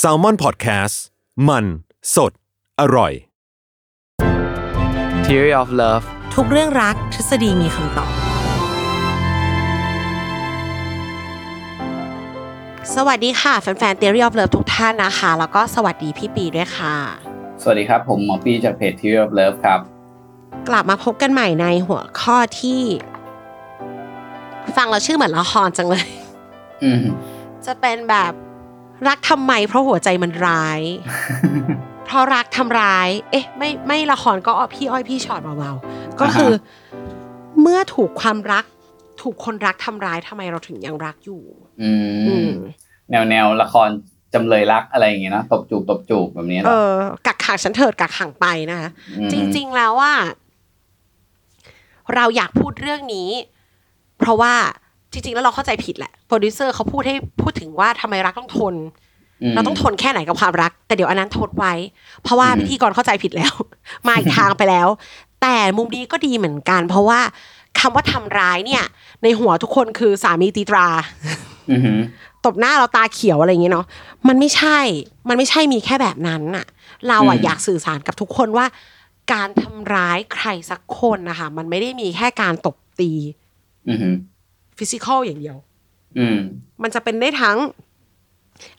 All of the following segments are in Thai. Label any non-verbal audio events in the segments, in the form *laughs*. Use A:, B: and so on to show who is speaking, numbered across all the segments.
A: s a l ม o n PODCAST มันสดอร่อย
B: Theory of Love
C: ทุกเรื่องรักทฤษฎีมีคำตอบ สวัสดีค่ะ แฟนๆ Theory of Love ทุกท่านนะคะ แล้วก็สวัสดีพี่ปีด้วยค่ะ
D: สวัสดีครับ ผมหมอปี้จากเพจ Theory of Love ครับ
C: กลับมาพบกันใหม่ในหัวข้อที่ ฟังเราชื่อเหมือนละครจังเลย
D: อืม *laughs*
C: จะเป็นแบบรักทำไมเพราะหัวใจมันร้าย เพราะรักทำร้าย เอ๊ะ ไม่ไม่ละครก็อ้อพี่อ้อยพี่ชอตเบาๆก็คือ
D: อ่าฮะ
C: เมื่อถูกความรัก ถูกคนรักทำร้ายทำไมเราถึงยังรักอยู่
D: อื
C: อื
D: ม
C: ม
D: แนวแนวละครจำเลยรักอะไรอย่างเงี้ยนะตบจูบตบจูบแบบนี้หร
C: เอ
D: อ
C: อ กักขังฉันเถิดกักขังไปนะคะ
D: ม
C: จริง ๆ แล้วว่า เราอยากพูดเรื่องนี้ เพราะว่าจริง ๆ แล้วเราเข้าใจผิดแหละโปรดิวเซอร์เขาพูดให้พูดถึงว่าทำไมรักต้องทน
D: ม
C: เราต้องทนแค่ไหนกับความรัก แต่เดี๋ยวอันนั้นทนไว้ เพราะว่า
D: อืม
C: พิธีกรเข้าใจผิดแล้ว *laughs* มาอีกทางไปแล้ว แต่มุมนี้ก็ดีเหมือนกัน เพราะว่าคำว่าทำร้ายเนี่ย ในหัวทุกคนคือสามีตีตรา
D: อือหือ
C: ตบหน้าเราตาเขียวอะไรอย่างเงี้ยเนาะมันไม่ใช่ มันไม่ใช่มีแค่แบบนั้นน่ะ เราอะ
D: อืม
C: อยากสื่อสารกับทุกคนว่า การทำร้ายใครสักคนนะคะมันไม่ได้มีแค่การตบตี
D: อือหือ
C: ฟิสิกอลอย่างเดียว
D: อืม
C: มันจะเป็นได้ทั้ง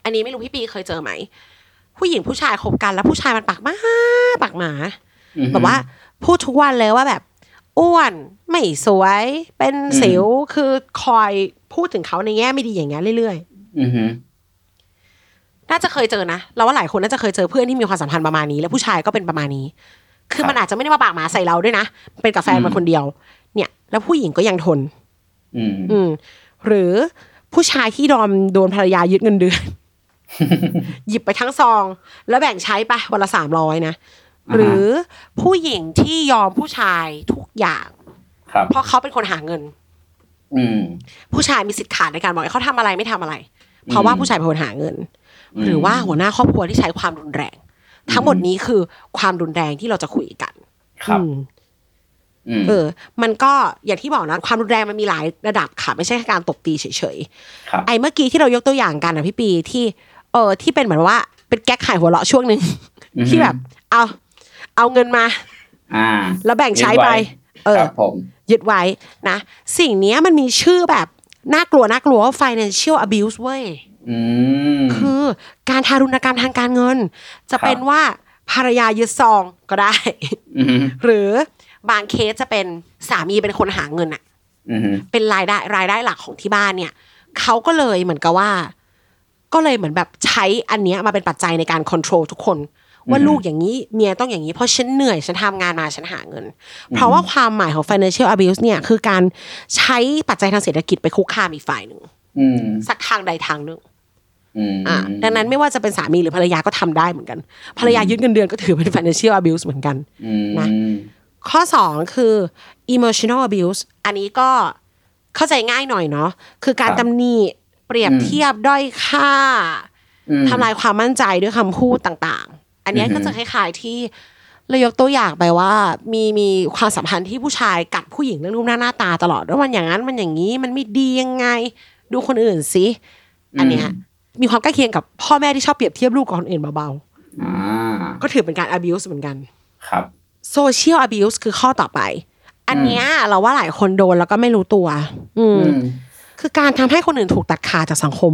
C: อันนี้ไม่รู้พี่ปีเคยเจอไหม ผู้หญิงผู้ชายคบกันแล้วผู้ชายมันปากหมาปากหมา
D: อือหือ
C: แบบว่าพูดทุกวันเลยว่าแบบ อ้วนไม่สวย เป็นสิวคือคอยพูดถึงเขาในแง่ไม่ดีอย่างเงี้ยเรื่อย
D: อือหือ
C: ๆน่าจะเคยเจอนะเราว่าหลายคนน่าจะเคยเจอเพื่อนที่มีความสัมพันธ์ประมาณนี้ แล้วผู้ชายก็เป็นประมาณนี้ คื
D: ค
C: อ
D: รับ
C: มันอาจจะไม่ได้มาปากหมาใส่เราด้วยนะเป็นกับแฟน
D: อืม
C: มาคนเดียว เนี่ย แล้วผู้หญิงก็ยังทน
D: อืม
C: อืมหรือผู้ชายที่ดอมโดนภรรยายึดเงินเดือน *laughs* หยิบไปทั้งซอง แล้วแบ่งใช้ไปวันละสามร้อยนะ หรือผู้หญิงที่ยอมผู้ชายทุกอย่าง
D: ครับ
C: เพราะเขาเป็นคนหาเงิน
D: อืม
C: ผู้ชายมีสิทธิ์ขาดในการบอกให้เขาทำอะไรไม่ทำอะไร เพราะว่า
D: อืม
C: ผู้ชายเป็นคนหาเงิน
D: อืม
C: หรือว่าหัวหน้าครอบครัวที่ใช้ความรุนแรง ทั้งหมด
D: อืม
C: นี้คือความรุนแรงที่เราจะคุยกัน
D: ครับ
C: อืม
D: อืม
C: เออ มันก็อย่างที่บอกนะความรุนแรงมันมีหลายระดับค่ะ ไม่ใช่แค่การตบตีเฉยๆ
D: ครับ
C: ไอ้เมื่อกี้ที่เรายกตัวอย่างกันนะพี่ปีที่เออที่เป็นเหมือนว่าเป็นแก๊กขายหัวเราะช่วงหนึ่ง
D: อือหือ
C: ที่แบบ เอาเอาเงินมา
D: อ่า
C: แล้วแบ่งใช้ไป
D: ยึดว้
C: เออ
D: ครับผม
C: ยึดไว้นะ สิ่งเนี้ยมันมีชื่อแบบน่ากลัวน่ากลัวว่า financial abuse เว้ย
D: อืม
C: คือการทารุณกรรมทางการเงิน จะ
D: ครับ
C: เป็นว่าภรรยายึดซองก็ได้ *laughs*
D: อือหือ
C: หรือบางเคสจะเป็นสามีเป็นคนหาเงินอะ
D: อือหือ
C: เป็นรายได้รายได้หลักของที่บ้านเนี่ยเขาก็เลยเหมือนกับว่า ก็เลยเหมือนแบบใช้อันเนี้ยมาเป็นปัจจัยในการควบคุมทุกคน
D: อื
C: ว่า
D: อฮึ
C: ลูกอย่างนี้เมียต้องอย่างนี้ เพราะฉันเหนื่อยฉันทำงานมาฉันหาเงิน เพราะว่าความหมายของ financial abuse เนี่ยคือการใช้ปัจจัยทางเศรษฐกิจไปคุกคามอีกฝ่ายหนึ่ง
D: ืม
C: สักทางใดทางหนึ่ง
D: อืม
C: อ่ะดังนั้นไม่ว่าจะเป็นสามีหรือภรรยาก็ทำได้เหมือนกัน ภรรยายึดเงินเดือนก็ถือเป็น financial abuse เหมือนกัน
D: อืม
C: นะ ข้อ 2 คือ emotional abuse อันนี้ก็เข้าใจง่ายหน่อยเนาะคือการตำหนิเปรียบเทียบด้อยค่า
D: อืม
C: ทำลายความมั่นใจด้วยคำพูดต่างๆ อันเนี้ย
D: อือฮึ
C: ก็จะคล้ายๆที่เรายกตัวอย่างไปว่า มีมีความสัมพันธ์ที่ผู้ชายกัดผู้หญิงเรื่องรูปหน้าหน้าตาตลอดว่ามันอย่างนั้นมันอย่างนี้มันไม่ดียังไง ดูคนอื่นสิอันเนี้ยมีความใกล้เคียงกับพ่อแม่ที่ชอบเปรียบเทียบลูกกับคนอื่นเบา
D: อ่า
C: ๆก็ถือเป็นการ abuse เหมือนกัน
D: ครับ
C: โซเชียล abuse คือข้อต่อไป อันเนี้ยเราว่าหลายคนโดนแล้วก็ไม่รู้ตัว อืม
D: อืม
C: คือการทำให้คนอื่นถูกตัดขาดจากสังคม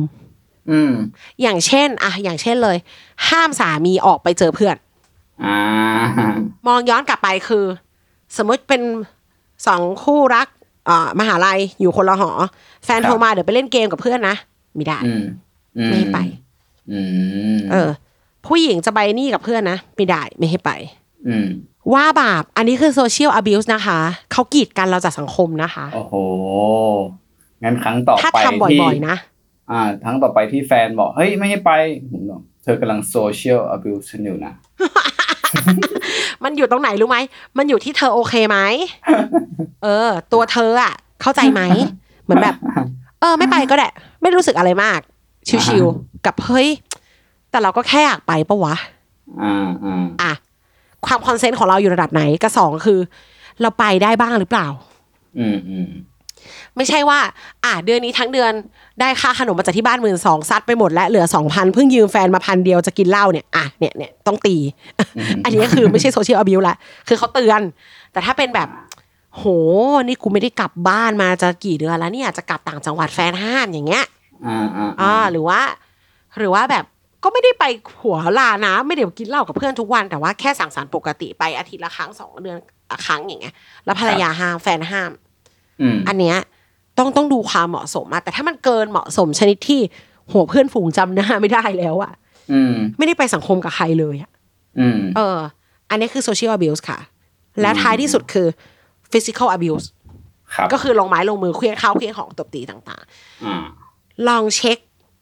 D: อืม
C: อย่างเช่นอะอย่างเช่นเลย ห้ามสามีออกไปเจอเพื่อน
D: อ่า
C: มองย้อนกลับไปคือ สมมติเป็นสองคู่รักเอ่อมหาลัยอยู่คนละหอ แฟน
D: ครับ
C: โทรมาเดี๋ยวไปเล่นเกมกับเพื่อนนะ ไม่ได้
D: อืมอื
C: ไม่ไป
D: อืม
C: เออ ผู้หญิงจะไปนี่กับเพื่อนนะไม่ได้ไม่ให้ไป
D: อืม
C: ว่าบาปอันนี้คือโซเชียล abuse นะคะเขากีดกันเราจากสังคมนะคะ
D: โอ้โห งั้นครั้งต่อ
C: ถ้า
D: ไป
C: ทำบ่อยๆนะ
D: อ่าทั้งต่อไปที่แฟนบอก เฮ้ย ไม่ให้ไปผมบอกเธอกำลังโซเชียลอ u s e ฉันอยู่นะ
C: มันอยู่ตรงไหนรู้ไหม มันอยู่ที่เธอโอเค *laughs* ไหม เออ ตัวเธออ่ะ เข้าใจไหม เหมือนแบบ เออ ไม่ไปก็ได้ ไม่รู้สึกอะไรมาก ชิวๆ กับเฮ้ย แต่เราก็แค่อยากไปปะวะ
D: อ่าอ่า
C: อ่ะ ความคอนเซนต์ของเราอยู่ระดับไหนกระสองคือ เราไปได้บ้างหรือเปล่า
D: อืมอืม
C: ไม่ใช่ว่า อ่ะเดือนนี้ทั้งเดือนได้ค่าขนมมาจากที่บ้านหมื่นสองซัดไปหมดและเหลือสองพันเพิ่งยืมแฟนมาพันเดียวจะกินเหล้าเนี่ยอ่ะเนี่ยเนี่ยต้องตี อันนี้ก็คือไม่ใช่โซเชียลอ u ิวละคือเขาเตือน แต่ถ้าเป็นแบบ โห นี่กูไม่ได้กลับบ้านมาจะกี่เดือนแล้วเนี่ยจะกลับต่างจังหวัดแฟนห้ามอย่างเงี้ย
D: อ่าอ่า
C: อ่าหรือว่า หรือว่าแบบก็ไม่ได้ไปหัวลานะ ไม่ได้กินเหล้ากับเพื่อนทุกวันแต่ว่าแค่สั่งสรรค์ปกติไปอาทิตย์ละครั้งสองเดือนละครั้งอย่างเงี้ยแล้วภรรยาห้ามแฟนห้าม
D: อืม
C: อันเนี้ยต้องต้องดูความเหมาะสมอะแต่ถ้ามันเกินเหมาะสมชนิดที่โหัวเพื่อนฝูงจำหน้าไม่ได้แล้วอะ
D: อืม
C: ไม่ได้ไปสังคมกับใครเลยอะ
D: อืม
C: เออ อันนี้คือ social abuse ค่ะ แล้วท้ายที่สุดคือ physical abuse
D: ครับ
C: ก็คือลงไม้ลงมือเคลียร์ข้าวเคลียร์ของตบตีต่าง
D: อ่า
C: ๆ ลองเช็ค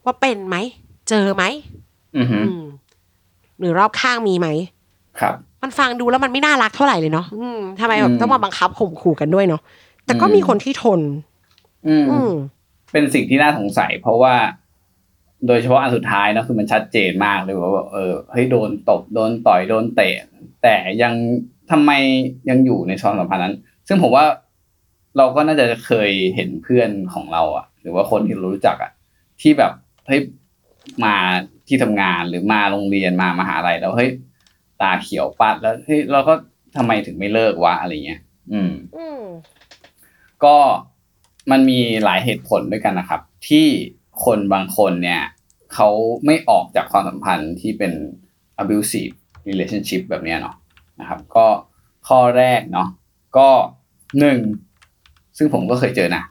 C: ว่าเป็นไหมเจอไหม
D: อือหือ
C: อืมหรือรอบข้างมีไหม
D: ครับ
C: มันฟังดูแล้วมันไม่น่ารักเท่าไหร่เลยเนาะอืมทำไมแบ
D: อื
C: บ
D: ม
C: ต้องมาบังคับข่มขู่กันด้วยเนาะ แต่ก็
D: อืม
C: มีคนที่ทน
D: อืม
C: อืม
D: เป็นสิ่งที่น่าสงสัย เพราะว่า โดยเฉพาะอันสุดท้ายเนอะคือมันชัดเจนมากเลยว่าแบบเออเฮ้ยโดนตบโดนต่อยโดนเตะ แต่ยังทำไมยังอยู่ในความสัมพันธ์นั้น ซึ่งผมว่าเราก็น่าจะเคยเห็นเพื่อนของเราอะหรือว่าคนที่เรารู้จักอะที่แบบเฮ้ยมาที่ทำงานหรือมาโรงเรียนมามหาลัยแล้วเฮ้ยตาเขียวปัดแล้วเฮ้ยเราก็ทำไมถึงไม่เลิกวะอะไรเงี้ยอืม
C: อืม
D: ก็มันมีหลายเหตุผลด้วยกันนะครับ ที่คนบางคนเนี่ยเขาไม่ออกจากความสัมพันธ์ที่เป็น abusive relationship แบบเนี้ยเนาะนะครับ ก็ข้อแรกเนาะก็หนึ่งซึ่งผมก็เคยเจอนะ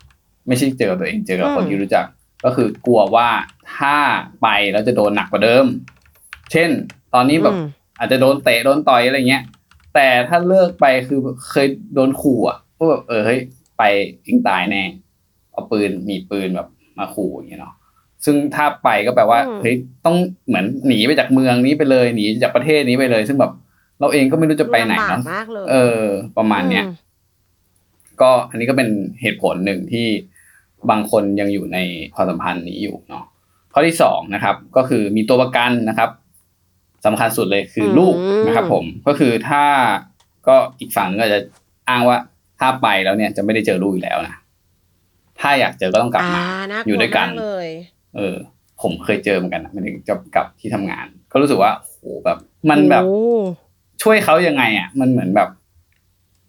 D: ไม่ใช่เจอกับตัวเองเจอกับคน
C: อืม
D: ที่รู้จัก ก็คือกลัวว่าถ้าไปแล้วจะโดนหนักกว่าเดิม เช่น ตอนนี้แบบ
C: อืม
D: อาจจะโดนเตะโดนต่อยอะไรเงี้ย แต่ถ้าเลิกไปคือเคยโดนขู่อ่ะก็แบบเออเฮ้ยไปยิงตายแน่ เอาปืนมีปืนแบบมาขู่อย่างเงี้ยเนาะซึ่งถ้าไปก็แปลว่า
C: อืม
D: เฮ้ยต้องเหมือนหนีไปจากเมืองนี้ไปเลยหนีจากประเทศนี้ไปเลย ซึ่งแบบเราเองก็ไม่รู้จะไปไหน
C: ลำบาก
D: เนาะ
C: มากเลย
D: เออ ประมาณเนี้ย
C: อืม
D: ก็อันนี้ก็เป็นเหตุผลหนึ่งที่บางคนยังอยู่ในความสัมพันธ์นี้อยู่เนาะข้อที่สองนะครับ ก็คือมีตัวประกันนะครับสำคัญสุดเลยคืออ
C: ม
D: ลูกนะครับผมก็คือถ้าก็อีกฝั่งหนึ่งก็จะอ้างว่าถ้าไปแล้วเนี่ยจะไม่ได้เจอลูกอีกแล้วนะถ้าอยากเจอก็ต้องกลับ
C: อ่า
D: มา
C: น่าก
D: อยู่
C: ลัว
D: ด้วยกัน
C: มากเลย
D: เออ ผมเคยเจอเหมือนกันนะหมันถึงจะกลับที่ทำงาน ก็รู้สึกว่าโหแบบ มันแบบ
C: โอ้
D: ช่วยเขายังไงอ่ะ มันเหมือนแบบ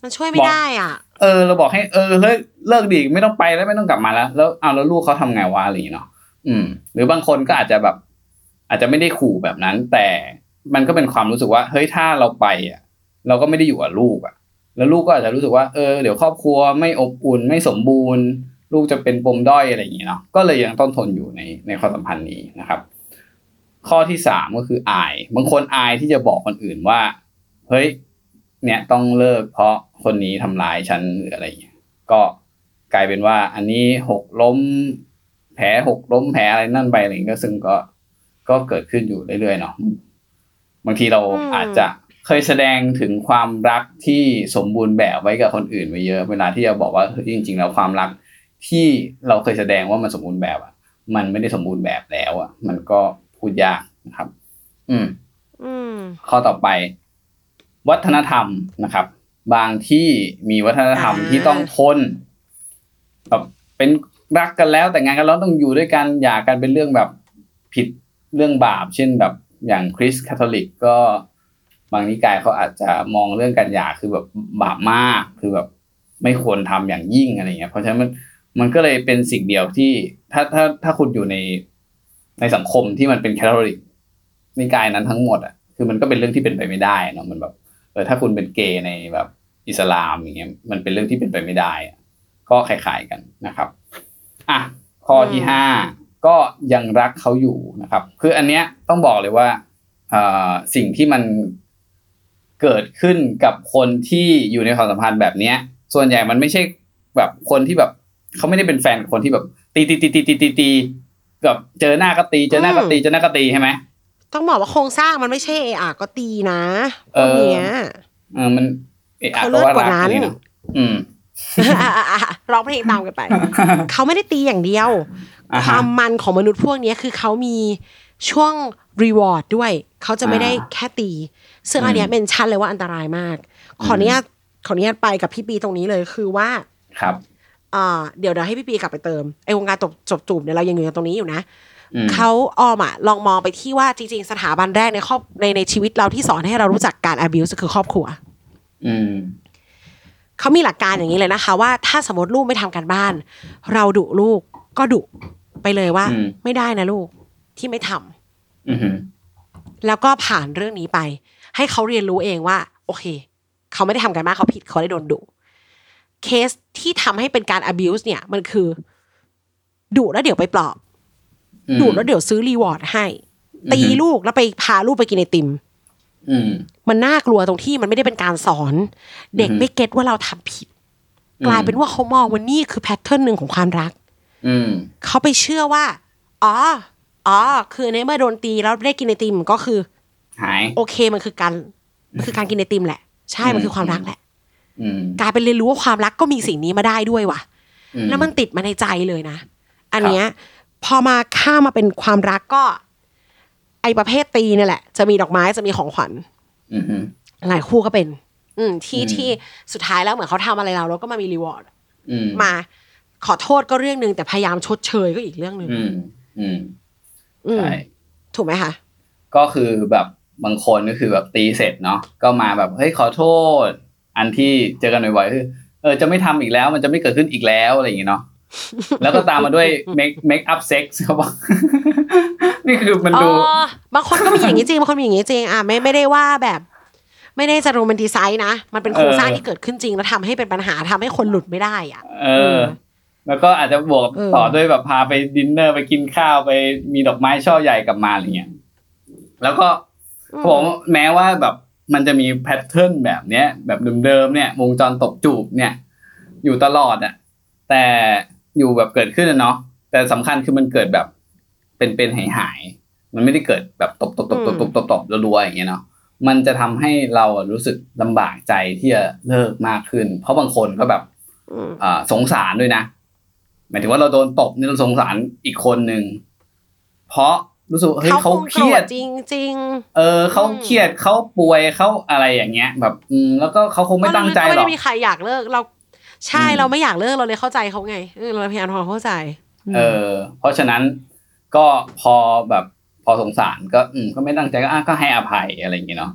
C: มันช่วยไม่ได้อ่ะ
D: เออเราบอกให้เออเลิกเลิกดีไม่ต้องไปแล้วไม่ต้องกลับมาแล้ว แล้วเอาแล้วลูกเขาทำไงวะอะไรอย่างเงี้ยเนาะอืม หรือบางคนก็อาจจะแบบ อาจจะไม่ได้ขู่แบบนั้น แต่มันก็เป็นความรู้สึกว่า เฮ้ยถ้าเราไปอ่ะ เราก็ไม่ได้อยู่กับลูกอ่ะ แล้วลูกก็อาจจะรู้สึกว่าเออเดี๋ยวครอบครัวไม่อบอุ่นไม่สมบูรณ์ ลูกจะเป็นปมด้อยอะไรอย่างเงี้ยเนาะก็เลยยังต้องทนอยู่ในในความสัมพันธ์นี้นะครับ ข้อที่สามก็คืออาย บางคนอายที่จะบอกคนอื่นว่า เฮ้ย เนี่ยต้องเลิกเพราะคนนี้ทำร้ายฉันหรืออะไรอย่างเงี้ย ก็กลายเป็นว่า อันนี้หกล้ม แผลหกล้มแผลอะไรนั่นไปอะไรอย่างเงี้ยก็ซึ่งก็ก็เกิดขึ้นอยู่เรื่อยๆเนาะบางทีเรา
C: อืม
D: อาจจะเคยแสดงถึงความรักที่สมบูรณ์แบบไว้กับคนอื่นไว้เยอะ เวลาที่จะบอกว่าเฮ้ยจริง ๆ แล้วความรักที่เราเคยแสดงว่ามันสมบูรณ์แบบอะมันไม่ได้สมบูรณ์แบบแล้วอะมันก็พูดยากนะครับ อืม
C: อืม
D: ข้อต่อไป วัฒนธรรมนะครับ บางที่มีวัฒนธรรม
C: อ่า
D: ที่ต้องทนแบบเป็นรักกันแล้วแต่งงานกันแล้วต้องอยู่ด้วยกันหย่ากันเป็นเรื่องแบบผิดเรื่องบาป เช่นแบบอย่างคริสต์คาทอลิกก็ บางนิกายเขาอาจจะมองเรื่องการหย่าคือแบบบาปมากคือแบบไม่ควรทำอย่างยิ่งอะไรเงี้ยเพราะฉะนั้นมัน มันก็เลยเป็นสิ่งเดียวที่ถ้าถ้าถ้าคุณอยู่ในในสังคมที่มันเป็นแคทอลิกนิกายนั้นทั้งหมดอ่ะคือมันก็เป็นเรื่องที่เป็นไปไม่ได้เนาะมันแบบเออถ้าคุณเป็นเกย์ในแบบอิสลามอย่างเงี้ยมันเป็นเรื่องที่เป็นไปไม่ได้อะก็คล้ายๆกันนะครับอ่ะข้อที่
C: อืม
D: ห้าก็ยังรักเขาอยู่นะครับ คืออันเนี้ยต้องบอกเลยว่าเอ่อสิ่งที่มันเกิดขึ้นกับคนที่อยู่ในความสัมพันธ์แบบเนี้ย ส่วนใหญ่มันไม่ใช่แบบคนที่แบบ เขาไม่ได้เป็นแฟนกับคนที่แบบ ตีตีตีตีตีตีตีแบบเจอหน้าก็ตีเจอหน้าก็ตีเจอหน้าก็ตีใช่ไหม
C: ต้องบอกว่าโครงสร้างมันไม่ใช่เออะก็ตีนะพ
D: เอ
C: ว
D: อ
C: กเนี้
D: *laughs*
C: ย
D: เออมันเอะอะ
C: เขา
D: ก็
C: เลิศ
D: ว่าก
C: ว่า
D: รักอ
C: นั้
D: น ย่างเงี้ยเนอะอืม
C: อ่ะอ่ะอ่ะร้องเพลงตามกันไป เขาไม่ได้ตีอย่างเดียว *laughs*
D: อ่ะ
C: ค
D: ฮะ
C: วามมันของมนุษย์พวกเนี้ยคือเขามีช่วงรีวอร์ดด้วย เขาจะไม่ได้แค่ตี ซึ่งอันเนี้ย
D: อืม
C: เป็นชัดเลยว่าอันตรายมาก ขออ
D: ม
C: นุญาตขออนุญาตไปกับพี่ปีตรงนี้เลยคือว่า
D: ครับ
C: อ่าเดี๋ยวเดี๋ยวให้พี่ปีกลับไปเติมไอวงการจบจบจูบเนี่ยเรายังอยู่กันตรงนี้อยู่นะ
D: อืม
C: เขาออมอะลองมองไปที่ว่าจริง ๆ สถาบันแรกในครอบในในชีวิตเราที่สอนให้เรารู้จักการ abuse คือครอบครัว
D: อืม
C: เขามีหลักการอย่างนี้เลยนะคะ ว่าถ้าสมมติลูกไม่ทำการบ้าน เราดุลูกก็ดุไปเลยว่า
D: อืม
C: ไม่ได้นะลูกที่ไม่ทำ
D: อืม
C: แล้วก็ผ่านเรื่องนี้ไป ให้เขาเรียนรู้เองว่า โอเค เขาไม่ได้ทำการบ้านเขาผิดเขาได้โดนดุเคสที่ทำให้เป็นการ abuse เนี่ยมันคือดุแล้วเดี๋ยวไปปลอบ
D: อืม
C: ดูดแล้วเดี๋ยวซื้อรีวอร์ดให้ ตีลูกแล้วไปพาลูกไปกินไอติม
D: อืม
C: มันน่ากลัวตรงที่มันไม่ได้เป็นการสอน เด็ก
D: อือฮึ
C: ไม่เก็ตว่าเราทำผิด กลายเป็นว่าเขามองว่านี่คือแพทเทิร์นหนึ่งของความรัก
D: อืม
C: เขาไปเชื่อว่า อ๋อ อ๋อ คือในเมื่อโดนตีแล้วได้กินไอติมก็คือ
D: หาย
C: โอเคมันคือการมันคือการกินไอติมแหละ ใช่มันคือความรักแหละ
D: อืม
C: กลายเป็นเรียนรู้ว่าความรักก็มีสิ่งนี้มาได้ด้วยว่ะ
D: อื
C: แล้วมันติดมาในใจเลยนะ อันเนี้ยพอมาข้ามมาเป็นความรักก็ ไอประเภทตีเนี่ยแหละ จะมีดอกไม้จะมีของขวัญ
D: อืมฮึ
C: หลายคู่ก็เป็น อืมที่
D: อืม
C: ที่สุดท้ายแล้วเหมือนเขาทำอะไรเราแล้วก็มามีรีวอร์ด
D: อืม
C: มาขอโทษก็เรื่องหนึ่งแต่พยายามชดเชยก็อีกเรื่องหนึ่ง
D: อืมอืม
C: อืม
D: ใช่
C: ถูกไหมคะ
D: ก็คือแบบบางคนก็คือแบบตีเสร็จเนาะก็มาแบบเฮ้ยขอโทษ อันที่เจอกันบ่อยๆคือเออจะไม่ทำอีกแล้วมันจะไม่เกิดขึ้นอีกแล้วอะไรอย่างเงี้เนาะแล้วก็ตามมา
C: *laughs*
D: ด้วย make make up sex เขาบอก *laughs* นี่คือมัน
C: อ๋อ
D: ดู
C: บางคนก็มีอย่างนี้จริงบางคนมีอย่างนี้จริงอ่ะไม่ไม่ได้ว่าแบบ ไม่ได้จะโรแมนติไซส์นะ มันเป็นโครงสร้าง
D: เออ
C: ที่เกิดขึ้นจริงแล้วทำให้เป็นปัญหาทำให้คนหลุดไม่ได้อ่ะ
D: เออ แล้วก็อาจจะบวก
C: เออ
D: ต่อด้วยแบบพาไปดินเนอร์ไปกินข้าวไปมีดอกไม้ช่อใหญ่กลับมาอะไรเงี้ย แล้วก็เขาบอกว่าแม้ว่าแบบมันจะมีแพทเทิร์นแบบเนี้ย แบบเดิมๆเนี่ยวงจรตบจูบเนี่ย อยู่ตลอดอะแต่อยู่แบบเกิดขึ้นอะเนาะแต่สำคัญคือมันเกิดแบบเป็นๆหายหายๆมันไม่ได้เกิดแบบตบตบตบตบตบตบตบรัวๆอย่างเงี้ยเนาะมันจะทำให้เราอะรู้สึกลำบากใจที่จะเลิกมากขึ้น เพราะบางคนก็แบบ
C: อืม
D: อ่าสงสารด้วยนะ หมายถึงว่าเราโดนตบเนี่ยเราสงสารอีกคนหนึ่งเพราะรู้สึกว่าเฮ้ยเขาเครียด
C: จริงจริง
D: เออเขา
C: อืม
D: เครียดเขาป่วยเขาอะไรอย่างเงี้ย แบบ อืมแล้วก็เขาคง
C: ๆ
D: ไม่ตั้งใจหร
C: เพาะเรา
D: อก
C: ไม่ได้มีใครอยากเลิกเรา ใช่
D: อืม
C: เราไม่อยากเลิกเราเลยเข้าใจเขาไงเออเราพยายามทำความเข้าใจ
D: เออ เพราะฉะนั้นก็พอแบบพอสงสารก็อืมก็ไม่ตั้งใจก็อ่ะก็ให้อภัยอะไรอย่างเงี้ยเนาะ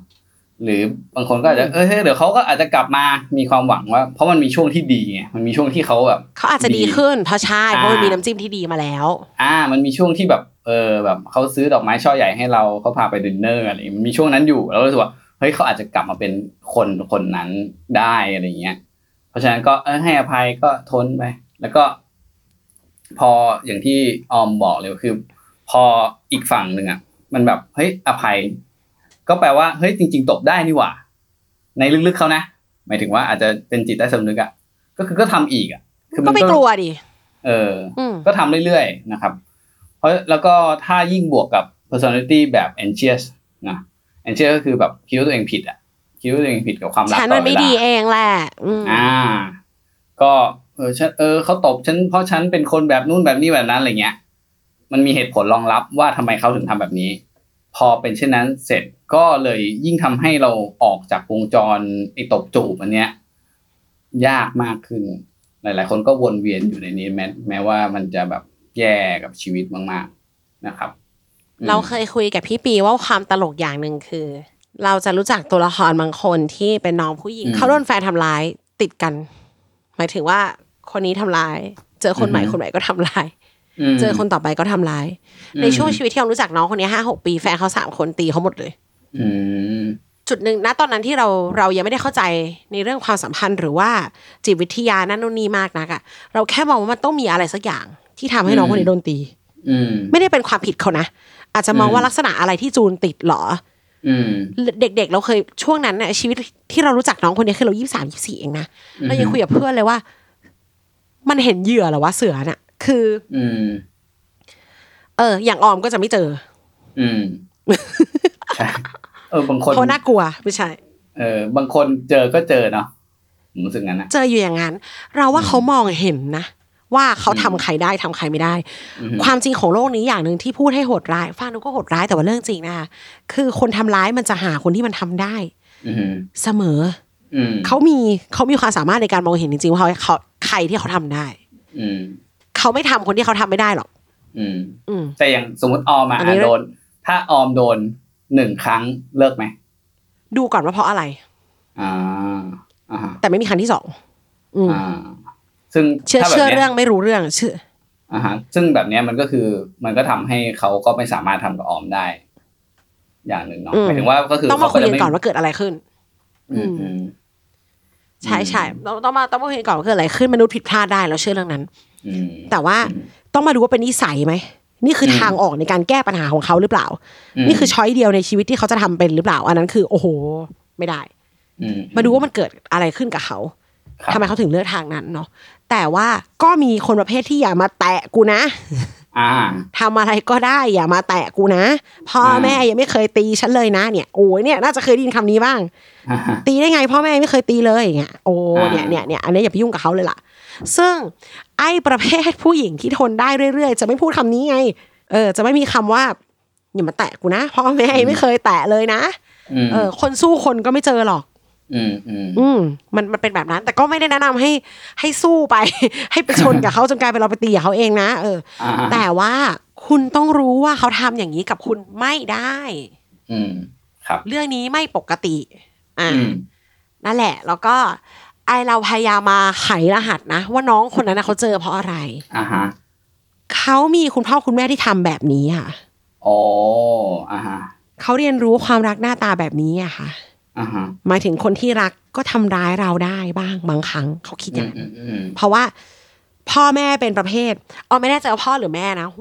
D: หรือบางคนก็อาจจะเออเฮ้ยเดี๋ยวเขาก็อาจจะกลับมามีความหวังว่า เพราะมันมีช่วงที่ดีไงมันมีช่วงที่เขาแบบ
C: เขาอาจจะดี
D: ดี
C: ขึ้นเพราะใช่เพราะมัน
D: อ่ามี
C: มีน้ำจิ้มที่ดีมาแล้ว
D: อ่ามันมีช่วงที่แบบเออแบบเขาซื้อดอกไม้ช่อใหญ่ให้เราเขาพาไปดินเนอร์อะไรอย่างเงี้ยมันมีช่วงนั้นอยู่แล้วรู้สึกว่าเฮ้ยเขาอาจจะกลับมาเป็นคนคนนั้นได้อะไรอย่างเงี้ย เพราะฉะนั้นก็เออให้อภัยก็ทนไปแล้วก็ พออย่างที่ออมบอกเลยคือ พออีกฝั่งหนึ่งอ่ะมันแบบเฮ้ยอภัย ก็แปลว่าเฮ้ยจริง ๆ ตบได้นี่หว่า ในลึกๆเขานะหมายถึงว่าอาจจะเป็นจิตใต้สำนึกอ่ะก็คือก็ทำอีกอ่ะคือน
C: ก็ไม่กลัวดิ
D: เออ
C: อืม
D: ก็ทำเรื่อยๆนะครับ เพราะแล้วก็ถ้ายิ่งบวกกับ personality แบบ anxious นะ anxious ก็คือแบบคิดว่าตัวเองผิดอ่ะ คิดว่าตัวเองผิดกับความรักต
C: ฉัน
D: ลอ
C: มั
D: ด
C: น
D: เว
C: ไม่
D: ลา
C: ดีเองแหละอืม
D: อ่า ก็เออฉันเออเขาตบฉันเพราะฉันเป็นคนแบบนู่นแบบนี้แบบนั้นอะไรเงี้ย มันมีเหตุผลรองรับว่าทำไมเขาถึงทำแบบนี้ พอเป็นเช่นนั้นเสร็จก็เลยยิ่งทำให้เราออกจากวงจรไอ้ตบจูบอันเนี้ย ยากมากขึ้น หลาย ๆ คนก็วนเวียนอยู่ในนี้แม้แม้ว่ามันจะแบบแย่กับชีวิตมาก ๆ นะครับอืม
C: เราเคยคุยกับพี่ปีว่าความตลกอย่างหนึ่งคือ เราจะรู้จักตัวละครบางคนที่เป็นน้องผู้หญิงเขาโดนแฟนทำร้ายติดกัน หมายถึงว่าคนนี้ทำร้าย เจอคนใหม่คนใหม่ก็ทำร้าย
D: ม
C: เจอคนต่อไปก็ทำร้าย ในช่วงชีวิตที่เรารู้จักน้องคนนี้ห้าหกปีแฟนเขาสามคนตีเขาหมดเลย
D: อืม
C: จุดหนึ่งนะตอนนั้นที่เราเรายังไม่ได้เข้าใจในเรื่องความสัมพันธ์หรือว่าจิตวิทยานั่นนู่นนี่มากนักอะเราแค่มองว่ามันต้องมีอะไรสักอย่างที่ทำให้น้องคนนี้โดนตี
D: อืม
C: ไม่ได้เป็นความผิดเขานะ อาจจะมองว่า
D: อืม
C: ลักษณะอะไรที่จูนติดเหรอ
D: อืม
C: เด็กๆ เราเคยช่วงนั้นน่ะชีวิตที่เรารู้จักน้องคนนี้คือเรายี่สามยี่สี่เองนะเรายังคุยกับเพื่อนเลยว่า มันเห็นเหยื่อเหรอวะเสือน่ะ คือ
D: อืม
C: เออ อย่างออมก็จะไม่เจอ
D: อืม ใช่ เออบางคน
C: เพราะน่ากลัวไม่ใช่
D: เออบางคนเจอก็เจอเนาะผมรู้สึกงั้นนะ
C: เจออยู่อย่างนั้น เราว่าเขามองเห็นนะ ว่าเขาทำใครได้ทำใครไม่ได้
D: อือฮึ
C: ความจริงของโลกนี้อย่างหนึ่งที่พูดให้โหดร้ายฟังดูก็โหดร้ายแต่ว่าเรื่องจริงนะคะคือคนทำร้ายมันจะหาคนที่มันทำได้
D: อืม
C: เสมอ
D: อืม
C: เขามีเขามีความสามารถในการมองเห็นจริงๆว่าเขาเขาใครที่เขาทำได้
D: อืม
C: เขาไม่ทำคนที่เขาทำไม่ได้หรอก
D: อืม
C: อืม
D: แต่อย่างสมมติออมอะ
C: อันนี้
D: อ่ะโดน ถ้าออมโดนหนึ่งครั้งเลิกไหม
C: ดูก่อนว่าเพราะอะไร
D: อ่าอ่าฮะ
C: แต่ไม่มีครั้งที่สองอืม
D: อ่า ซึ่ง
C: เชื่อ
D: ถ้าแบบ
C: เชื่อ
D: นี้ย
C: เรื่องไม่รู้เรื่องเชื่อ
D: อ่าฮะซึ่งแบบเนี้ยมันก็คือมันก็ทำให้เขาก็ไม่สามารถทำกับออมได้ อย่างหนึ่งเนาะ
C: อื
D: ห
C: ม
D: มายถึงว่าก็คือ
C: ต้องมาคุยกันก่อน
D: เข
C: ว่าเกิดอะไรขึ้น
D: จะไม่อืมอืม
C: ใช่
D: อืม
C: ใช่ต้องต้องมาต้องมาคุยกันก่อนว่าเกิดอะไรขึ้นมนุษย์ผิดพลาดได้เราเชื่อเรื่องนั้น
D: อืม
C: แต่ว่า
D: อืม
C: ต้องมาดูว่าเป็นนิสัยไหมนี่คืออ
D: ม
C: ทางออกในการแก้ปัญหาของเขาหรือเปล่า
D: ม
C: นี่คือช้อยเดียวในชีวิตที่เขาจะทำเป็นหรือเปล่า อันนั้นคือ โอ้โห ไม่ได้
D: อื
C: มาดูว่ามันเกิดอะไรขึ้นกับเขา
D: ครับ
C: ทำไมเขาถึงเลือกทางนั้นเนาะแต่ว่าก็มีคนประเภทที่อย่ามาแตะกูนะ
D: อ่า
C: ทำอะไรก็ได้อย่ามาแตะกูนะพ่อแม่ยังไม่เคยตีฉันเลยนะเนี่ยโอ้ยเนี่ยน่าจะเคยได้ยินคำนี้บ้าง ตีได้ไงพ่อแม่ไม่เคยตีเลยอย่างเงี้ยโอ้
D: อ่า
C: เนี่ยเนี่ยเนี่ยอันนี้อย่าไปยุ่งกับเขาเลยล่ะ ซึ่งไอ้ประเภทผู้หญิงที่ทนได้เรื่อยๆ จะไม่พูดคำนี้ไง เออ จะไม่มีคำว่าอย่ามาแตะกูนะพ่อแม่ไม่เคยแตะเลยนะ
D: อืม
C: เออ คนสู้คนก็ไม่เจอหรอก
D: อืมอืม
C: อืมมันมันเป็นแบบนั้น แต่ก็ไม่ได้แนะนำให้ให้สู้ไป *laughs* ให้ไปชนกับเขาจนกลายเป็นเราไปตีกับเขาเองนะเออ
D: อ่า
C: แต่ว่าคุณต้องรู้ว่าเขาทำอย่างนี้กับคุณไม่ได้
D: อืมครับ
C: เรื่องนี้ไม่ปกติ อ่า
D: อืม
C: นั่นแหละ แล้วก็ไอเราพยายามมาไขรหัสนะ ว่าน้องคนนั้นนะเขาเจอเพราะอะไร
D: อ่าฮะ
C: เขามีคุณพ่อคุณแม่ที่ทำแบบนี้ค่ะ
D: อ๋ออ่าฮะ
C: เขาเรียนรู้ความรักหน้าตาแบบนี้อะค่ะ
D: อ่าฮะ
C: หมายถึงคนที่รักก็ทำร้ายเราได้บ้างบางครั้งเขาคิดอ
D: อื
C: ย่าง
D: ม
C: นั้น
D: อืมอืม
C: เพราะว่าพ่อแม่เป็นประเภทออมไม่แน่ใจว่าพ่อหรือแม่นะโห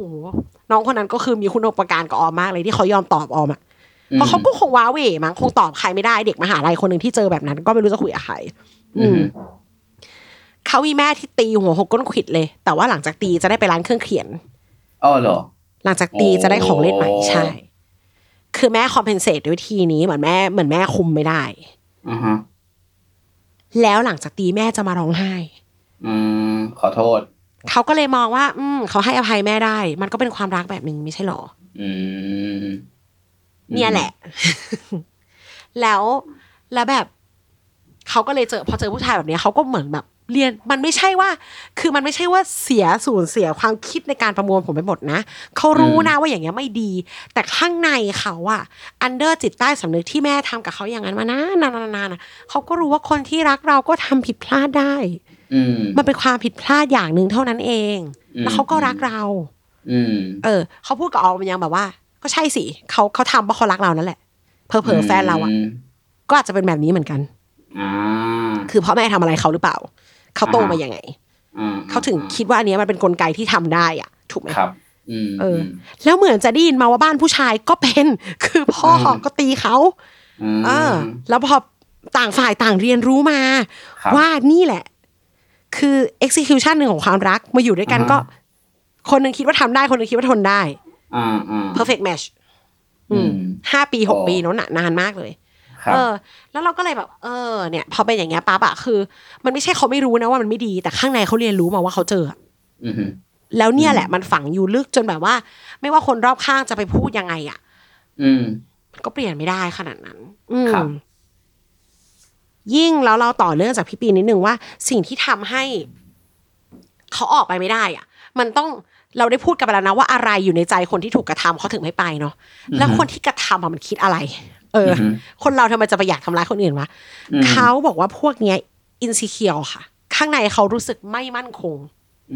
C: น้องคนนั้นก็คือมีคุณอุปการกับออมมากเลยที่เขายอมตอบออมอะเพราะเขาก็คงว้าเหวมั้งคงตอบใครไม่ได้เด็กมหาลัยคนหนึ่งที่เจอแบบนั้น ก็ไม่รู้จะคุยกับใคร
D: อื
C: อื
D: ม
C: ม เขามีแม่ที่ตีหัวหกก้นขวิดเลย แต่ว่าหลังจากตีจะได้ไปร้านเครื่องเขียน
D: อ๋อเหรอ
C: หลังจากตีจะได้ของเล่นใหม่
D: โอ้
C: ใช่ คือแม่คอมเพนเซตด้วยวิธีนี้เหมือนแม่เหมือนแม่คุมไม่ได้
D: อ่าฮะ
C: แล้วหลังจากตีแม่จะมาร้องไห้
D: อืมขอโทษ
C: เขาก็เลยมองว่า อืมเขาให้อภัยแม่ได้ มันก็เป็นความรักแบบหนึ่งไม่ใช่หรอ
D: อืม
C: เนี่ยแหละ แล้วแล้วแบบเขาก็เลยเจอพอเจอผู้ชายแบบเนี้ยเขาก็เหมือนแบบ เรียนมันไม่ใช่ว่า คือมันไม่ใช่ว่าเสียสูญเสียความคิดในการประมวลผมไปหมดนะเขารู้นะว่าอย่างเงี้ยไม่ดี แต่ข้างในเขาอะอันเดอร์จิตใต้สำนึกที่แม่ทำกับเขาอย่างนั้นมานานานานานเขาก็รู้ว่าคนที่รักเราก็ทำผิดพลาดได้
D: อืม
C: มันเป็นความผิดพลาดอย่างหนึ่งเท่านั้นเอง
D: อืม
C: แล้วเขาก็รักเรา
D: อืม
C: เออเขาพูดกับออมยังแบบว่า ก็ใช่สิเขาเขาทำเพราะเขารักเรานั่นแหละเพอเพอๆแฟนเราอ่ะ
D: ม
C: ก็อาจจะเป็นแบบนี้เหมือนกัน
D: อ่า
C: คือพ่อแม่ทำอะไรเขาหรือเปล่า เขาโตมายังไง
D: อ่
C: เขาถึงคิดว่าอันเนี้ยมันเป็นกลไกที่ทำได้อ่ะ ถูกไหม
D: ครับ อืม
C: เออ แล้วเหมือนจะได้ยินมาว่าบ้านผู้ชายก็เป็น *laughs* คือพ่อก็ตีเขา
D: ม
C: เออ แล้วพอต่างฝ่ายต่างเรียนรู้มา
D: ครับ
C: ว่านี่แหละ คือ execution หนึ่งของความรักมาอยู่ด้วยกัน
D: อ่าฮะ
C: ก็ คนหนึ่งคิดว่าทำได้คนหนึ่งคิดว่าทนได้
D: อ่าอ่า
C: perfect match
D: อืม
C: ห้าปีหก
D: อ๋อ
C: ปีเนอะน่ะนานมากเลย
D: ครับ
C: เออ แล้วเราก็เลยแบบ เออ เนี่ย พอเป็นอย่างเงี้ยปั๊บอะคือ มันไม่ใช่เขาไม่รู้นะว่ามันไม่ดี แต่ข้างในเขาเรียนรู้มาว่าเขาเจออะ
D: อืม
C: แล้วเนี่ยแหละมันฝังอยู่ลึกจนแบบว่า ไม่ว่าคนรอบข้างจะไปพูดยังไงอะ
D: อืม
C: มันก็เปลี่ยนไม่ได้ขนาดนั้น อื
D: ครับ
C: มยิ่งแล้วเราต่อเนื่องจากพี่ปีนิดนึงว่า สิ่งที่ทำให้เขาออกไปไม่ได้อะมันต้องเราได้พูดกันไปแล้วนะว่าอะไรอยู่ในใจคนที่ถูกกระทำเขาถึงไม่ไปเนาะแล้วคนที่กระทำอะมันคิดอะไร เออ
D: ม
C: คนเราทำไมจะไปอยากทำร้ายคนอื่นวะ
D: อืม
C: เขาบอกว่าพวกเนี้ยอินซิเคียวค่ะ ข้างในเขารู้สึกไม่มั่นคง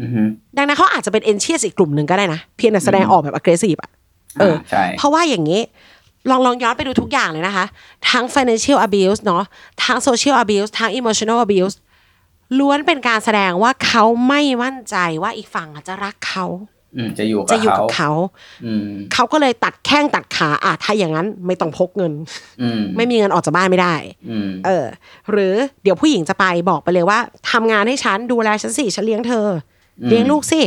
D: อืม
C: ดังนั้นเขาอาจจะเป็นเอนเชียสอีกกลุ่มหนึ่งก็ได้นะ เพียงแต่แสดงออกแบบ agressive อะ เออ
D: ใช่
C: เพราะว่าอย่างนี้ ลองลองย้อนไปดูทุกอย่างเลยนะคะ ทั้ง financial abuse เนาะทั้ง social abuse ทั้ง emotional abuse ล้วนเป็นการแสดงว่าเขาไม่มั่นใจว่าอีกฝั่งอะจะรักเขา
D: อืมจะอยู่
C: จะอยู่กับเขา
D: อืม
C: เขาก็เลยตัดแข้งตัดขาอ่ะถ้าอย่างนั้นไม่ต้องพกเงิน
D: อืม
C: ไม่มีเงินออกจากบ้านไม่ได้
D: อืม
C: เออหรือเดี๋ยวผู้หญิงจะไปบอกไปเลยว่าทำงานให้ฉันดูแลฉันสิฉันเลี้ยงเธออเลี้ยงลูกสิ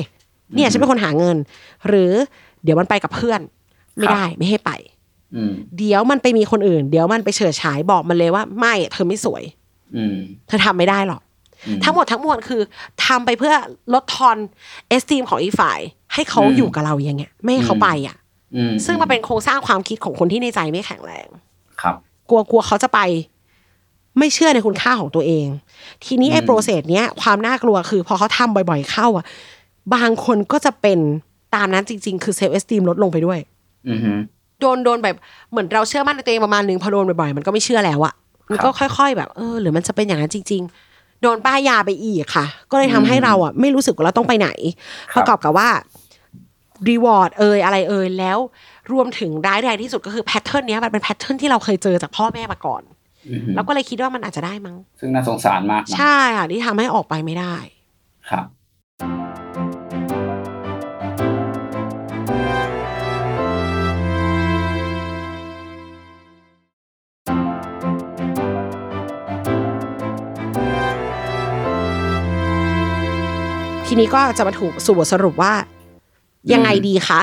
C: เนี่ยฉันเป็นคนหาเงิน หรือเดี๋ยวมันไปกับเพื่อน ไม่ได้ไม่ให้ไป
D: อืม
C: เดี๋ยวมันไปมีคนอื่น เดี๋ยวมันไปเฉิดฉายบอกมันเลยว่าไม่เธอไม่สวย
D: อืม
C: เธอทำไม่ได้หรอก
D: อืม
C: ทั้งหมดทั้งมวลคือทำไปเพื่อลดทอนเอสตีมของอีกฝ่าย ให้เขา
D: อืม
C: อยู่กับเราอย่างเงี้ยไม่ให้เขาไปอ่ะ
D: อืม
C: ซึ่งมันเป็นโครงสร้างความคิดของคนที่ในใจไม่แข็งแรง
D: ครับ
C: กลัวกลัวเขาจะไป ไม่เชื่อในคุณค่าของตัวเอง ทีนี้ไอ้
D: อืม
C: โปรเซสเนี้ยความน่ากลัวคือพอเขาทำบ่อยๆเข้าอ่ะ บางคนก็จะเป็นตามนั้นจริง ๆ คือเซฟเอสตีมลดลงไปด้วย
D: อือฮึ
C: โดนโดนแบบเหมือนเราเชื่อมั่นในตัวเองประมาณหนึ่งพอโดนบ่อยๆมันก็ไม่เชื่อแล้วอะมันก็ค่อย ๆ แบบเออหรือมันจะเป็นอย่างนั้นจริง ๆ โดนป้ายยาไปอีกค่ะ ก็เลยทำให้เราอะไม่รู้สึกว่าเราต้องไปไหน ประกอบกับว่ารีวอร์ดเอยอะไรเอยแล้ว รวมถึงร้ายแรงที่สุดก็คือแพทเทิร์นเนี้ยมันเป็นแพทเทิร์นที่เราเคยเจอจากพ่อแม่มาก่อน
D: อือฮึ
C: แล้วก็เลยคิดว่ามันอาจจะได้มั้ง
D: ซึ่งน่าสงสารมากนะ
C: ใช่ค่ะที่ทำให้ออกไปไม่ได้
D: ครับ *laughs*
C: ทีนี้ก็จะมาถูกสู่บทสรุปว่า ยังไงดี
D: *laughs*
C: คะ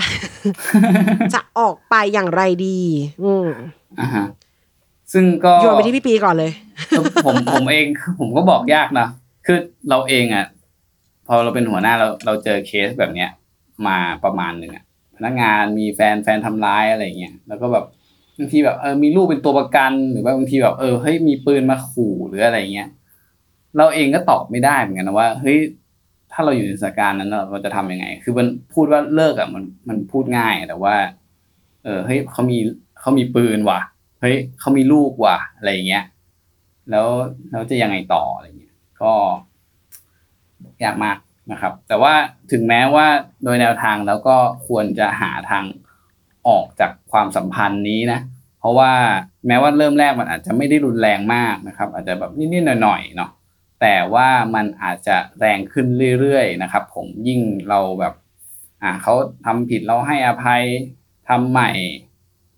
C: จะออกไปอย่างไรดี อืม
D: อ่าฮะซึ่งก็
C: โยนไปที่พี่ปีก่อนเลย
D: ผมผมเอง *laughs* คือผมก็บอกยากนะคือเราเองอ่ะ พอเราเป็นหัวหน้าเราเราเจอเคสแบบเนี้ย มาประมาณหนึ่งอ่ะพนักงานมีแฟนแฟนทำร้ายอะไรเงี้ยแล้วก็แบบบางทีแบบเออมีลูกเป็นตัวประกัน หรือว่าบางทีแบบเออเฮ้ยมีปืนมาขู่หรืออะไรเงี้ยเราเองก็ตอบไม่ได้เหมือนกันนะว่าเฮ้ยถ้าเราอยู่ในสถานการณ์นั้นเราเราจะทำยังไง คือมันพูดว่าเลิกอ่ะมันมันพูดง่ายแต่ว่า เออเฮ้ยเขามีเขามีปืนว่ะ เฮ้ยเขามีลูกว่ะอะไรอย่างเงี้ย แล้วแล้วจะยังไงต่ออะไรเงี้ย ก็ยากมากนะครับ แต่ว่าถึงแม้ว่าโดยแนวทางแล้วก็ควรจะหาทางออกจากความสัมพันธ์นี้นะ เพราะว่าแม้ว่าเริ่มแรกมันอาจจะไม่ได้รุนแรงมากนะครับ อาจจะแบบนิดๆหน่อยๆเนาะ แต่ว่ามันอาจจะแรงขึ้นเรื่อยๆนะครับ ผมยิ่งเราแบบ อ่าเขาทำผิดเราให้อภัยทำใหม่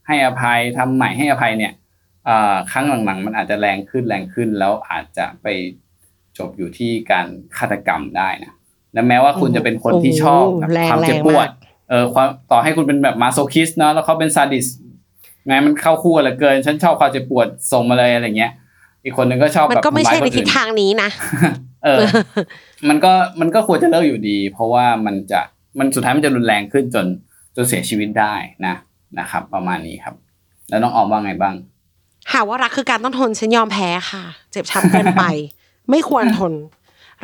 D: ให้อภัยทำใหม่ให้อภัยเนี่ย เอ่อครั้งหลังๆมันอาจจะแรงขึ้นแรงขึ้นแล้วอาจจะไปจบอยู่ที่การฆาตกรรมได้นะและแม้ว่าคุณจะเป็นคนที่ชอบแบบ
C: โอ้โหแรง
D: ความเจ็บปวด
C: แรงมาก
D: เออความต่อให้คุณเป็นแบบมาโซคิสเนาะแล้วเขาเป็นซาดิสไงมันเข้าคู่กันเหลือเกิน ฉันชอบความเจ็บปวดส่งมาเลยอะไรเงี้ย อีกคนนึงก็ชอบ
C: มัน
D: แบบ
C: ก็ไม่ใช่
D: ทำ
C: ใน
D: ร้ายค
C: ทิศ
D: อื่
C: ทางนี้นะ
D: เออ มันก็มันก็ควรจะเลิกอยู่ดี เพราะว่ามันจะมันสุดท้ายมันจะรุนแรงขึ้นจนจนเสียชีวิตได้นะนะครับ ประมาณนี้ครับ แล้วน้องออมว่าไงบ้าง
C: *laughs* หาว่ารักคือการต้องทนฉันยอมแพ้ค่ะ เจ็บช้ำเกินไป ไม่ควรทน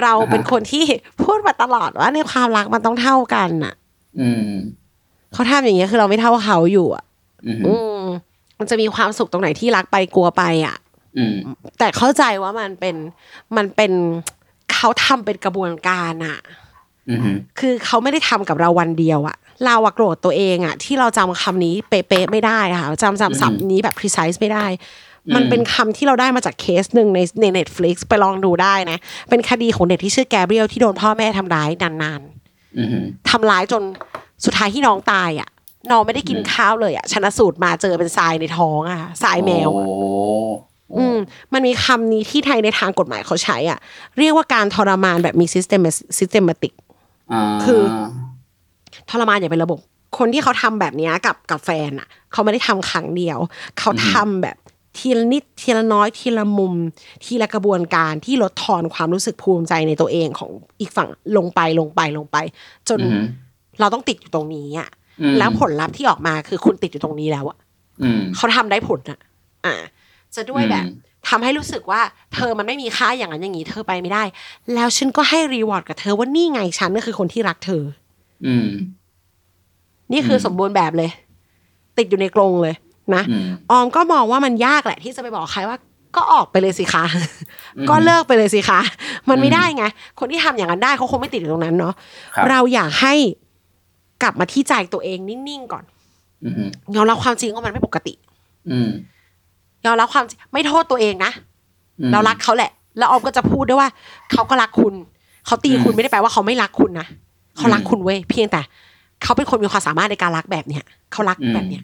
C: เราเป็นคนที่พูดมาตลอดว่าในความรักมันต้องเท่ากันน่ะ
D: อืม
C: เขาทำอย่างเงี้ยคือเราไม่เท่าเขาอยู่อ่ะ
D: อืม
C: อืม มันจะมีความสุขตรงไหนที่รักไปกลัวไปอ่ะ
D: อืม
C: แต่เข้าใจว่ามันเป็นมันเป็นเขาทำเป็นกระบวนการอ่ะ
D: อืม
C: คือเขาไม่ได้ทำกับเราวันเดียวอะเราอะโกรธตัวเองอะที่เราจำคำนี้เป๊ะๆไม่ได้อะค่ะจำจำศัพท์นี้แบบ precise ไม่ได้ มันเป็นคำที่เราได้มาจากเคสหนึ่งในใน Netflix ไปลองดูได้นะ เป็นคดีของเด็กที่ชื่อแกเบรียลที่โดนพ่อแม่ทำร้ายนาน
D: อืม
C: ๆทำร้ายจนสุดท้ายที่น้องตายอะน้องไม่ได้กินข้าวเลยอะชนะสูตรมาเจอเป็นทรายในท้องอะค่ะทรายแมวอะ
D: โอ้โห
C: อืมมันมีคำนี้ที่ไทยในทางกฎหมายเขาใช้อ่ะ เรียกว่าการทรมานแบบมี system systematic
D: อ่า
C: คือ ทรมานอย่างเป็นระบบ คนที่เขาทำแบบเนี้ยกับกับแฟนอ่ะ เขาไม่ได้ทำครั้งเดียว เขาทำแบบทีละนิดทีละน้อยทีละมุม ทีละกระบวนการที่ลดทอนความรู้สึกภูมิใจในตัวเองของอีกฝั่งลงไปลงไปลงไป จน
D: อืม
C: เราต้องติดอยู่ตรงนี้อ่ะ
D: อืม
C: แล้วผลลัพธ์ที่ออกมาคือคุณติดอยู่ตรงนี้แล้วอ่ะ
D: อืม
C: เขาทำได้ผลอ่ะ อ่า จะด้วยแบบ
D: อืม
C: ทำให้รู้สึกว่า เธอมันไม่มีค่าอย่างนั้นอย่างนี้เธอไปไม่ได้ แล้วฉันก็ให้รีวอร์ดกับเธอว่านี่ไงฉันนี่คือคนที่รักเธอ
D: อืม
C: นี่คืออ
D: ม
C: สมบูรณ์แบบเลย ติดอยู่ในกรงเลยนะ
D: อืม
C: ออมก็มองว่ามันยากแหละ ที่จะไปบอกใครว่า ก็ออกไปเลยสิคะ
D: อืม
C: ก็เลิกไปเลยสิคะ มันไม่
D: อืม
C: ได้ไง คนที่ทำอย่างนั้นได้เขาคงไม่ติดอยู่ตรงนั้นเนาะ
D: ครับ
C: เราอยากให้กลับมาที่ใจตัวเองนิ่งๆก่อน
D: อืม
C: ยอมรับความจริงว่ามันไม่ปกติ
D: อืม
C: ยอมรับความจริงไม่โทษตัวเองนะ
D: อืม
C: เรารักเขาแหละ แล้วออมก็จะพูดด้วยว่า เขาก็รักคุณ เขาตีคุณ
D: อืม
C: ไม่ได้แปลว่าเขาไม่รักคุณนะ เขารัก
D: อืม
C: คุณเว้ย เพียงแต่ เขาเป็นคนมีความสามารถในการรักแบบเนี้ย เขารักแบบเนี้ย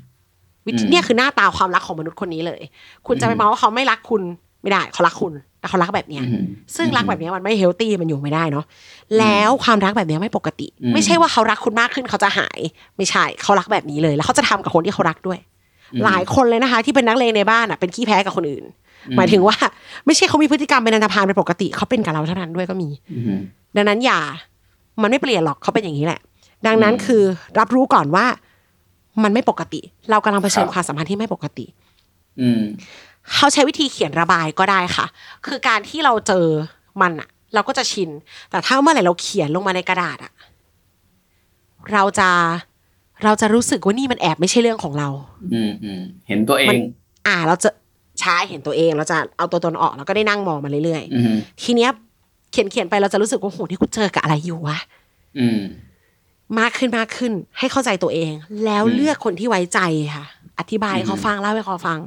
C: วิธี
D: อืม
C: เนี่ยคือหน้าตาความรักของมนุษย์คนนี้เลย คุณจะไป
D: อืม
C: มองว่าเขาไม่รักคุณไม่ได้ เขารักคุณ แต่เขารักแบบเนี้ย
D: อืม
C: ซึ่งรักแบบเนี้ยมันไม่เฮลตี้มันอยู่ไม่ได้เนาะ แล้วความรักแบบเนี้ยไม่ปกติ
D: อืม
C: ไม่ใช่ว่าเขารักคุณมากขึ้นเขาจะหาย ไม่ใช่ เขารักแบบนี้เลย แล้วเขาจะทำกับคนที่เขารักด้วย หลายคนเลยนะคะ ที่เป็นนักเลงในบ้านอ่ะเป็นขี้แพ้กับคนอื่น
D: อื
C: หมายถึงว่าไม่ใช่เขามีพฤติกรรมเป็นอันธพาลเป็นปกติเขาเป็นกับเราเท่านั้นด้วยก็มี
D: อืม
C: ดังนั้นอย่า มันไม่เปลี่ยนหรอกเขาเป็นอย่างนี้แหละ ดังนั้น
D: อืม
C: คือรับรู้ก่อนว่า มันไม่ปกติ เรากำลังเผชิญ
D: ครับ
C: ความสัมพันธ์ที่ไม่ปกติ
D: อืม
C: เขาใช้วิธีเขียนระบายก็ได้ค่ะ คือการที่เราเจอมันอะเราก็จะชิน แต่ถ้าเมื่อไหร่เราเขียนลงมาในกระดาษอะเราจะเราจะรู้สึกว่านี่มันแอบไม่ใช่เรื่องของเรา
D: อืมอืมเห็นตัวเอ
C: มั
D: ง
C: น อ่า เราจะช้าเห็นตัวเองเราจะเอาตัวตนออกแล้วก็ได้นั่งมองมันเรื่อย
D: อืม
C: ๆทีเนี้ยเขียนเขียนๆไปเราจะรู้สึกว่าโหนี่กูเจอกับอะไรอยู่วะ
D: อืม
C: มากขึ้นมากขึ้นให้เข้าใจตัวเอง แล้ว
D: อืม
C: เลือกคนที่ไว้ใจค่ะ อธิบายให้เขา
D: อืม
C: ฟังเล่าให้เขาฟัง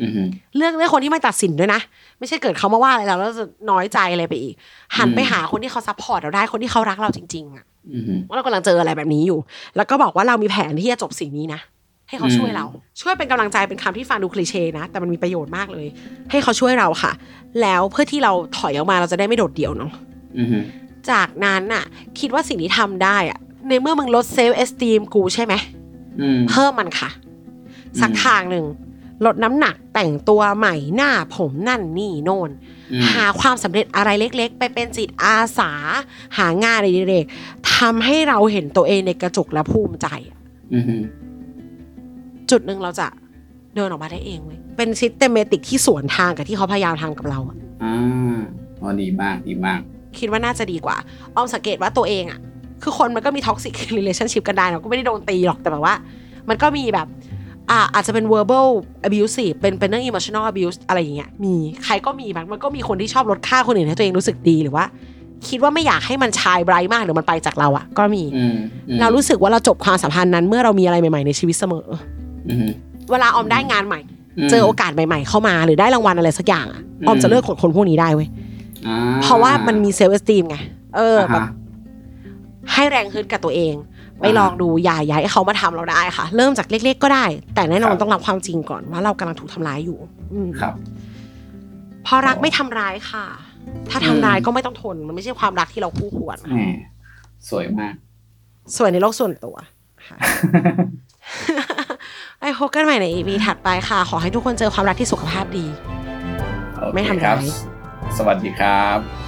D: อืม
C: เลือกเลือกคนที่ไม่ตัดสินด้วยนะ ไม่ใช่เกิดเขามาว่าอะไรเราแล้วจะน้อยใจอะไรไปอีก หันไปหาคนที่เขาซัพพอร์ตเราได้คนที่เขารักเราจริงๆอะ
D: อืม
C: ว่าเรากำลังเจออะไรแบบนี้อยู่ แล้วก็บอกว่าเรามีแผนที่จะจบสิ่งนี้นะ ให้เขาช่วย
D: อืม
C: เรา ช่วยเป็นกำลังใจเป็นคำที่ฟังดูคลีเช่นะ แต่มันมีประโยชน์มากเลย ให้เขาช่วยเราค่ะ แล้วเพื่อที่เราถอยออกมาเราจะได้ไม่โดดเดี่ยวเนาะ
D: อืม
C: จากนั้นน่ะ คิดว่าสิ่งที่ทำได้อะในเมื่อมึงลดเซลล์เอสตีมกูใช่ไหม
D: อืม
C: เพิ่มมันค่ะ
D: ม
C: สักทางหนึ่ง ลดน้ำหนักแต่งตัวใหม่หน้าผมนั่นนี่โน่น
D: อืม
C: หาความสำเร็จอะไรเล็กๆ ไปเป็นจิตอาสา หางานอดิเรกทำให้เราเห็นตัวเองในกระจกและภูมิใจอะ
D: อืม
C: จุดหนึ่งเราจะเดินออกมาได้เองเว้ยเป็นซิสเตเมติกที่สวนทางกับที่เขาพยายามทำกับเราอะ
D: อ่าอ๋อดีมากดีมาก
C: คิดว่าน่าจะดีกว่าออมสังเกตว่าตัวเองอะคือคนมันก็มีท็อกซิก *laughs* เรลชั่นชิพกันได้เราก็ไม่ได้โดนตีหรอกแต่แบบว่า มันก็มีแบบอ่ะอาจจะเป็น verbal abusive เป็นเป็นเรื่อง emotional abuse อะไรอย่างเงี้ยมีใครก็มีมันมันก็มีคนที่ชอบลดค่าคนอื่นให้ตัวเองรู้สึกดีหรือว่า คิดว่าไม่อยากให้มันชายไบรท์มากหรือมันไปจากเราอะก็มี
D: อืมอืม
C: เรารู้สึกว่าเราจบความสัมพันธ์นั้นเมื่อเรามีอะไรใหม่ๆในชีวิตเสมอ
D: อืม
C: เวลาออมได้งานใหม่ เจอโอกาสใหม่ๆเข้ามาหรือได้รางวัลอะไรสักอย่างอะออมจะเลิกขดคนพวกนี้ได้เว้ย
D: อ่
C: เพราะว่ามันมีเซลล์เอสตีมไงเออแบบ
D: าฮะ
C: ให้แรงฮึดกับตัวเอง ไป
D: อ่า
C: ลองดูอย่าอย่าให้เขามาทำเราได้ค่ะ เริ่มจากเล็ก ๆ ก็ได้ แต่แน่นอ
D: คน รับ
C: ต้องรับความจริงก่อนว่าเรากำลังถูกทำร้ายอยู่ อืม
D: ครับ
C: เพอรักไม่ทำร้ายค่ะ ถ้าทำร้าย
D: อืม
C: ก็ไม่ต้องทน มันไม่ใช่ความรักที่เราคู่ควร
D: แหมสวยมาก
C: ส่วนในโลกส่วนตัว
D: *laughs*
C: ค่ะ ไอ้พบกันใหม่ใน EP ถัดไปค่ะ ขอให้ทุกคนเจอความรักที่สุขภาพดี
D: โอเค
C: ไม่ทำร้าย
D: ครับ สวัสดีครับ